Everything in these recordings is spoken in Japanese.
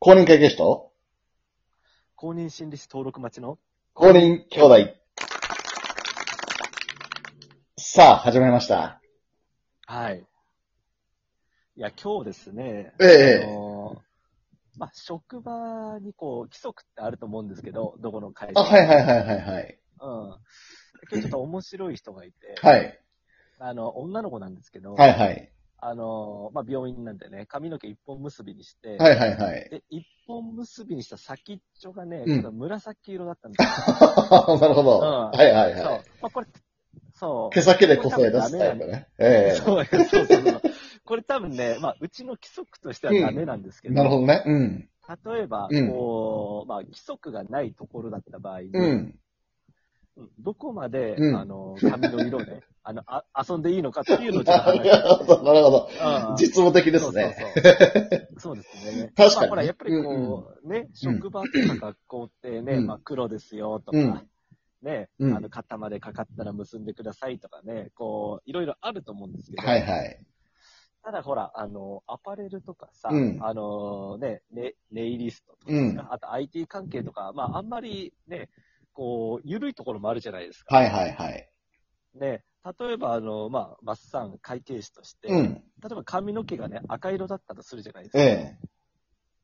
公認会計士と公認心理師登録待ちの公認兄弟。さあ、始まりました。はい。いや、今日ですね、えあのまあ、職場にこう、規則ってあると思うんですけど、どこの会社。あ、はいはいはいはいはい。うん。今日ちょっと面白い人がいて、はい。あの、女の子なんですけど、はいはい。あの、まあ、病院なんでね、髪の毛一本結びにして、はいはいはい。 で、一本結びにした先っちょがね、うんちょっと紫色だったんですよ。なるほど。うんはいはいそう。はまい。あ、これ、そう。毛先でこそえ出すタイプね。えそうよそうそうそう。これ多分ね、まあ、うちの規則としてはダメなんですえけど、なるほどね。うん。例えば、うんこう、まあ、規則がないところだった場合に、うん。うんどこまで、うんあの、髪の色ね、あのあ、遊んでいいのかっていうのをちょっとな話るほど。なるほど。うん 実務的ですね。。そうそうそう。そうですね 確かにまあ、ほら、やっぱりこう、ね、職場とか学校ってね、うんまあ、黒ですよとか、うんね、うんあの、肩までかかったら結んでくださいとかね、こう、いろいろあると思うんですけど、はいはい。ただほら、あの、アパレルとかさ、うんあのね、ね、ネイリストとか、うんあと IT 関係とか、まああんまりね、こう、緩いところもあるじゃないですか。はいはいはい。ね、例えばあの、まあ、マッサン会計士として、うん。例えば髪の毛がね、赤色だったとするじゃないですか。え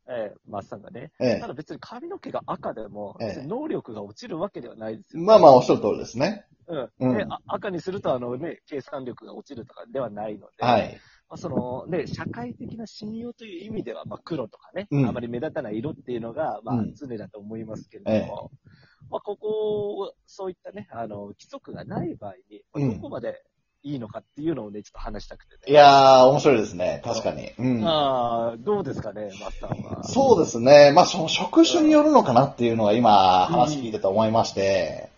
ええマッサンがね。え。ええた。だ別に髪の毛が赤でも、ええ別に能力が落ちるわけではないですよ。まあまあ、おっしゃる通りですね。うん。ねうんあ赤にすると、あのね、計算力が落ちるとかではないので、はい。まあ、そのね、社会的な信用という意味では、まあ、黒とかね、うんあまり目立たない色っていうのが、まあうん、常だと思いますけれども、まあ、ここ、そういったね、あの、規則がない場合に、まあうんどこまでいいのかっていうのをね、ちょっと話したくてね。いやー、面白いですね。確かに。うん。ああ、どうですかね、マスターは。そうですね。まあ、その職種によるのかなっていうのが今、話聞いてて思いまして、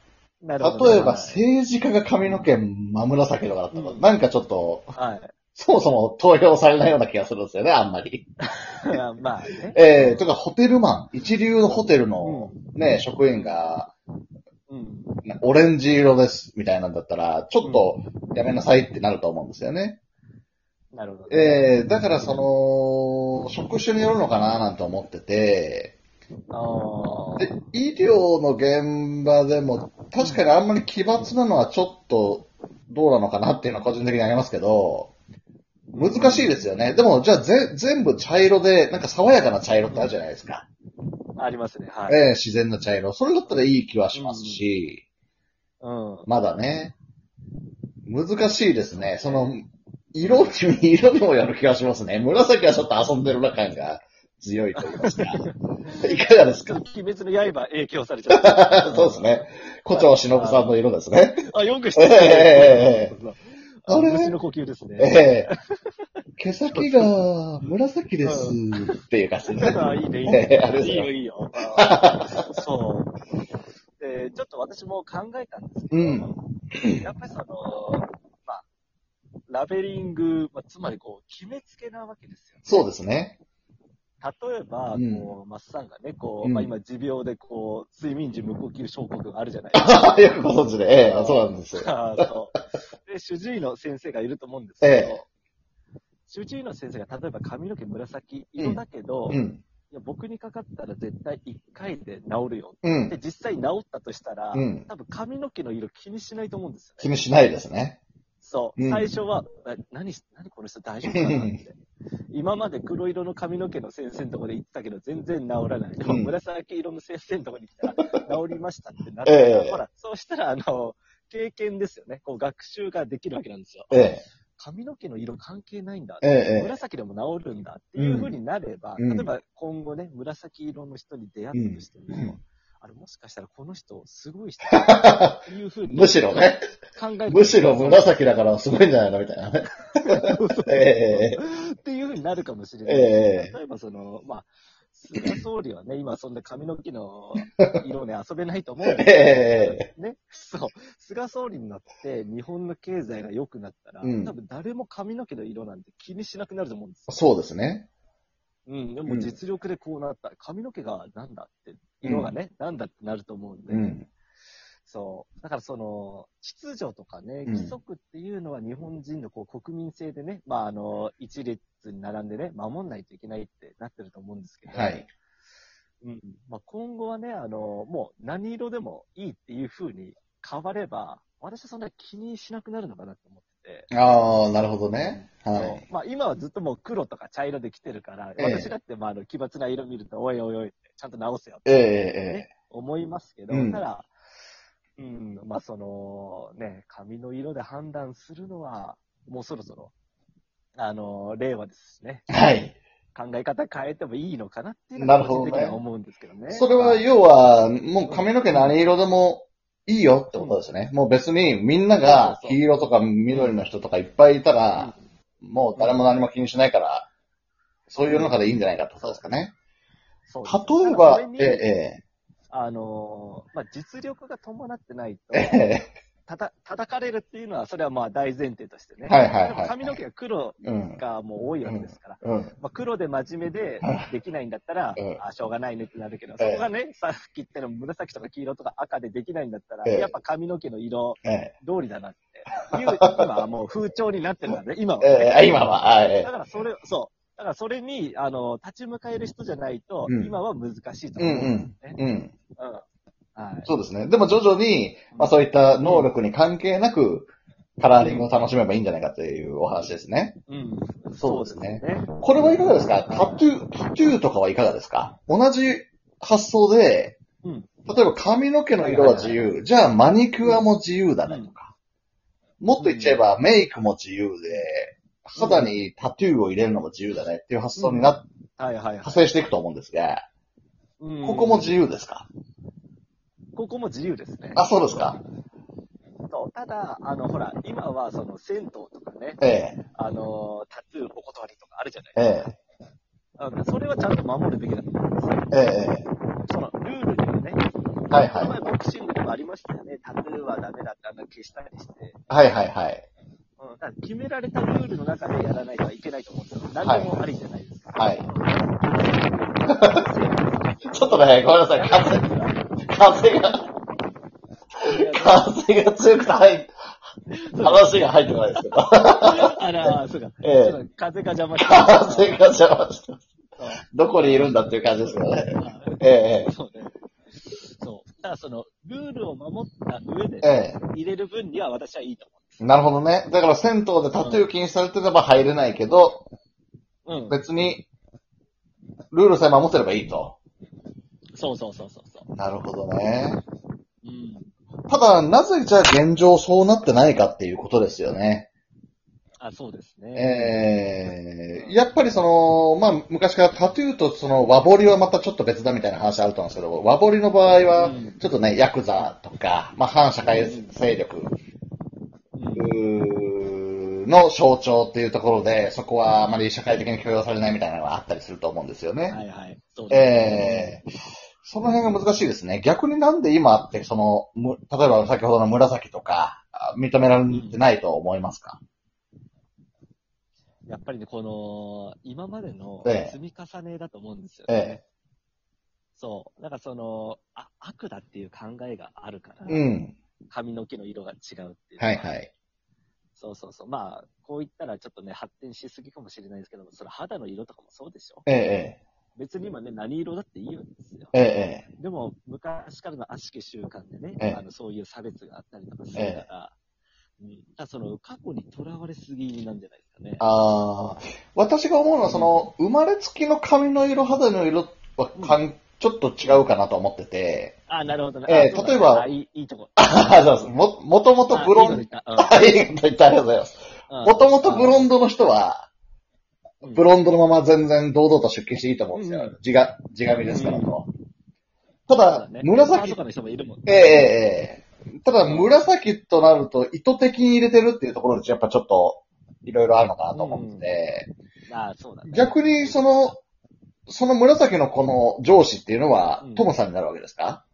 なるほどね例えばはい政治家が髪の毛真紫とかだったら、うんなんかちょっと、はい。そもそも投票されないような気がするんですよね、あんまり。まあ ね。ええとか、ホテルマン、一流のホテルのね、職員が、うん。なオレンジ色です、みたいなんだったら、ちょっとやめなさいってなると思うんですよね。なるほど、ね。ええだからその、職種によるのかななんて思ってて、あで、医療の現場でも、確かにあんまり奇抜なのはちょっとどうなのかなっていうのは個人的にありますけど、難しいですよね。でも、じゃあぜ全部茶色で、なんか爽やかな茶色ってあるじゃないですか。あ。ありますね、はい。ええ自然な茶色。それだったらいい気はしますし、うん。まだね。難しいですね。その、色に、色にもやる気がしますね。紫はちょっと遊んでるな感が強いと言いますか。 いかがですか 鬼滅の刃影響されちゃった。そうですね。胡蝶忍さんの色ですね。あ、よく知ってる。 ええああれ虫の呼吸ですね。ええ毛先が紫ですっていう感じですね。あ、いいね、いいええあれね。ですいいよよ、いい よ。あーそう。で、ちょっと私も考えたんですけど、うんやっぱりその、まあ、ラベリング、まあ、つまりこう、決めつけなわけですよ。そうですね。例えば、うんこう、マッサンがね、こう、うんまあ、今、持病でこう、睡眠時無呼吸症候群あるじゃないですか。あよくご存知で。ええそうなんですよ。 あーそう。で、主治医の先生がいると思うんですけど、ええ主治医の先生が例えば髪の毛紫色だけど、ういん。や僕にかかったら絶対1回で治るよ。うで、ん。実際治ったとしたら、うん。多分髪の毛の色気にしないと思うんです気よね。にしないですね。そう。うん最初は、な何し、何この人大丈夫かなって。今まで黒色の髪の毛の先生のとこで行ってたけど、全然治らない。でもうん紫色の先生のとこに来たら、治りましたってなったら、ええほら、そうしたら、あの、経験ですよね。こう、学習ができるわけなんですよ。ええ髪の毛の色関係ないんだ。えええ紫でも治るんだっていう風になれば、うんうん例えば今後ね、紫色の人に出会ったとしても、うんあれもしかしたらこの人、すごい人だっていう風えに むしろね。考えてむしろ 紫だからすごいんじゃないのみたいなね。ええっていう風になるかもしれえない。ええ例えばその、まあ、菅総理はね、今そんな髪の毛の色ね、遊べないと思うんえで ええね、そう。菅総理になって、日本の経済が良くなったら、うん多分誰も髪の毛の色なんて気にしなくなると思うんですよ。そうですね。うん、でうもん実力でこうなった。髪の毛がなんだって、色がね、なんだってなると思うんで、うん。そう。だからその、秩序とかね、うん規則っていうのは日本人のこう国民性でね、まああの、一列に並んでね、守んないといけないってなってると思うんですけど、はい。うんまあ、今後はね、あの、もう何色でもいいっていう風に変われば、私はそんなに気にしなくなるのかなと思ってて。ああ、なるほどね。はそい。うまあ、今はずっともう黒とか茶色で来てるから、ええ私だってまああの奇抜な色見ると、おいおいおいって、ちゃんと直せよってええええ思いますけど、うんただ、うん、まあそのね、髪の色で判断するのは、もうそろそろ、あの、令和ですしね、ええ。はい。考え方変えてもいいのかなっていうのなはるほど個ね人的には思うんですけどね。それは、要は、もう髪の毛何色でもいいよってことですね。もう別にみんなが黄色とか緑の人とかいっぱいいたら、もう誰も何も気にしないから、そういう世の中でいいんじゃないかってことですかね。そうです例えただばそれ、にええあのーまあ、実力が伴ってないとええ、えたた、叩かれるっていうのは、それはまあ大前提としてね。え、はいはいではもい。髪の毛が黒うん。がもう多いわけですから。うん。まあ、黒で真面目でできないんだったら、うんあしょうがないねってなるけど、そええこがね、さっき言ったように紫とか黄色とか赤でできないんだったら、ええやっぱ髪の毛の色ええ、通りだなっ ていう、今はもう風潮になってるんだね、今は、えね。え、あ今は、あえだからそれ、そう。だからそれに、あの、立ち向かえる人じゃないと、うん今は難しいとえ、うんう思うんんですね。。うん。うん。はい。そうですね。でも徐々に、まあそういった能力に関係なく、カラーリングを楽しめばいいんじゃないかというお話ですね。うん。そうですねそうですね。これはいかがですかタトゥー、タトゥーとかはいかがですか同じ発想で、うん。例えば髪の毛の色は自由。じゃあマニキュアも自由だねとか。もっと言っちゃえばメイクも自由で、肌にタトゥーを入れるのも自由だねっていう発想になっはいはいはい派。生していくと思うんですが、うんここも自由ですかここも自由ですね。あ、そうですかそうただ、あの、ほら、今は、その、銭湯とかね、ええ、あの、タトゥーお断りとかあるじゃないえあのそれはちゃんと守るべきだと思うんですよ。え、ええ、その、ルールにはね、はいこのはい。前ボクシングでもありましたよね、タトゥーはダメだってあの消したりして、はいはいはい。うん、だから決められたルールの中でやらないといけないと思うんですよ。何でもありじゃないですか。はい。 い。ちょっとね、ごめんなさい。風、風が、風が強くて入っ、 話が入ってこないですけど。あら、そうか。ええそうか風が邪魔して風が邪魔してます。そう どこにいるんだっていう感じですけどね。あええそうね。そう。ただその、ルールを守った上でええ入れる分には私はいいとえなるほどね。だから銭湯でタトゥー禁止されてれば入れないけど、思う。うん。別に、ルールさえ守ってればいいと。そうそうそうそうそう。なるほどね。うん。ただ、なぜじゃあ現状そうなってないかっていうことですよね。あ、そうですね。ええやっぱりその、まあ、昔からタトゥーとその和彫りはまたちょっと別だみたいな話あると思うんですけど、和彫りの場合はうん、ちょっとね、ヤクザとか、まあ、反社会勢力うんの象徴っていうところで、そこはあまり社会的に許容されないみたいなのがあったりすると思うんですよね。はいはい。そうですね。ええその辺が難しいですね。逆になんで今って、その、む例えば先ほどの紫とか、あ認められてないと思いますか、やっぱりね、この、今までのええ積み重ねだと思うんですよえね。そう。なんかその、あ、悪だっていう考えがあるから、えうん。髪の毛の色が違うっていう。はいはい。そうそうそう。まあ、こう言ったらちょっとね、発展しすぎかもしれないですけども、その肌の色とかもそうでしょええ別に今ね、何色だっていいんですよ。えええでも、昔からの悪しき習慣でね、ええあのそういう差別があったりとかするから、うん、ただその過去にとらわれすぎなんじゃないですかね。ああ、私が思うのは、その、生まれつきの髪の色、肌の色はかん、ちょっと違うかなと思ってて、 あなるほどね。ええあそうだね例えばあいいいいとこ。あそうですも、もともとブロンド、ド。はい、 ありがとうございます。もともとブロンドの人は、ブロンドのまま全然堂々と出勤していいと思うんですうよん。地が、地髪ですからうんと。たそうだだね、パー紫と、かの人もいるもんね。ええええええただ、紫となると意図的に入れてるっていうところで、やっぱちょっと、いろいろあるのかなと思ってて、ああ、そうだね。逆に、その、その紫のこの上司っていうのはうん、トモさんになるわけですか、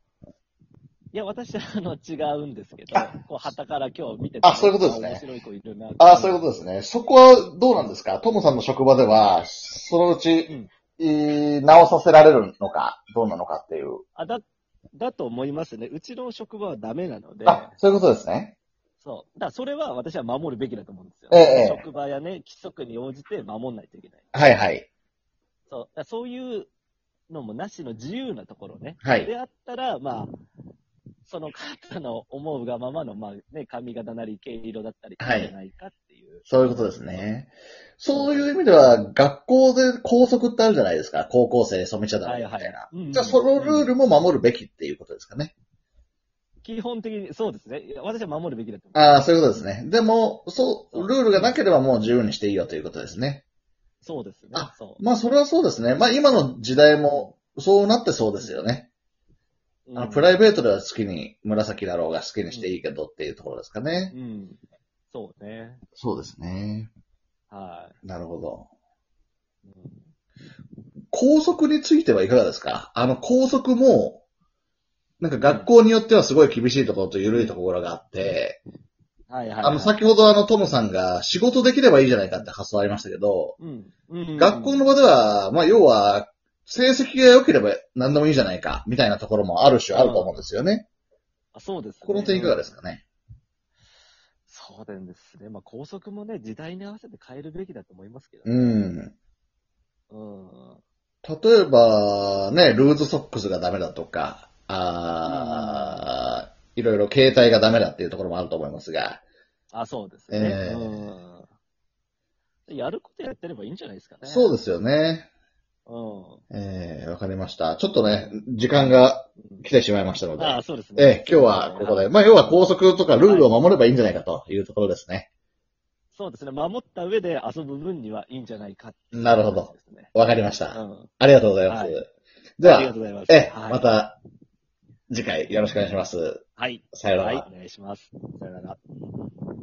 いや、私はあの違うんですけど、こう、旗から今日見ててあそういうことですね面白い子いるな。ああ、そういうことですね。そこはどうなんですかトモさんの職場では、そのううちん、えー直させられるのか、どうなのかっていう。あ、だ、だと思いますね。うちの職場はダメなので、あ、そういうことですね。そう。だからそれは私は守るべきだと思うんですよ。ええ職場やね、規則に応じて守んないといけない。はいはい。そう。だからそういうのもなしの自由なところね。はい。であったら、まあ、その方の思うがままの、まあね、髪型なり、毛色だったり、はいいいんじゃないかっていう。そういうことですね。そういう意味では、学校で校則ってあるじゃないですか。高校生染めちゃダメみたいな。はいはいうんうんじゃあ、そのルールも守るべきっていうことですかね。基本的に、そうですね。いや私は守るべきだと思う。ああ、そういうことですね。でも、そう、ルールがなければもう自由にしていいよということですね。そうですね。そう。まあ、それはそうですね。まあ、今の時代も、そうなってそうですよね。あの、プライベベートでは好きに、紫だろうが好きにしていいけどっていうところですかね。うん。そうね。そうですね。はなるほど。い。うん校則についてはいかがですかあの、校則も、なんか学校によってはすごい厳しいところと緩いところがあって、はいはいはい。あの、先ほどあの、トムさんが仕事できればいいじゃないかって発想ありましたけど、うん、うん。学校の場では、まあ、要は、成績が良ければ何でもいいじゃないか、みたいなところもある種あると思うんですよね。あ、そうです、ね。この点いかがですかねそうなんですね。まあ、校則もね、時代に合わせて変えるべきだと思いますけど。うん。うん。例えば、ね、ルーズソックスがダメだとか、あーいろいろ携帯がダメだっていうところもあると思いますが、あ、そうですね。ええうん。やることやってればいいんじゃないですかね。そうう。ですよね。うん。えー、わかりました。ちょっとね、時間が来てしまいましたので、ああ、そうですね。えー今日はここで、まあ、要は校則とかルールを守ればいいんじゃないかというところですね。そうですね。守った上で遊ぶ分にはいいんじゃないかっていうなるほど話ですねわかりましうた。ん。ありがとうございます。はでありがはと、うございます。えー、はい、ま。た、次回よろしくお願いします。はい。さようなはらい。。お願いします。さよなら。